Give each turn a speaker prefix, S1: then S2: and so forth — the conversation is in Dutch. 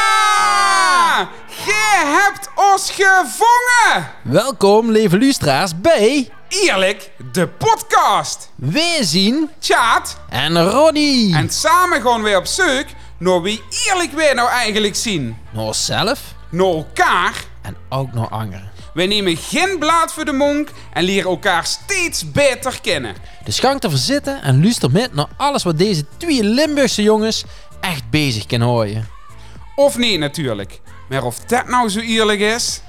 S1: Ja! Je hebt ons gevangen!
S2: Welkom, lieve lustra's, bij
S1: Eerlijk, de podcast!
S2: Weerzien
S1: Tjaat,
S2: en Ronnie.
S1: en samen gaan we op zoek naar wie eerlijk wij nou eigenlijk zien.
S2: Naar onszelf
S1: Naar elkaar.
S2: en ook naar anderen.
S1: We nemen geen blaad voor de monk en leren elkaar steeds beter kennen.
S2: Dus ga ik ervoor zitten en luister met naar alles wat deze twee Limburgse jongens echt bezig kan houden.
S1: Of nee natuurlijk. Maar of dat nou zo eerlijk is...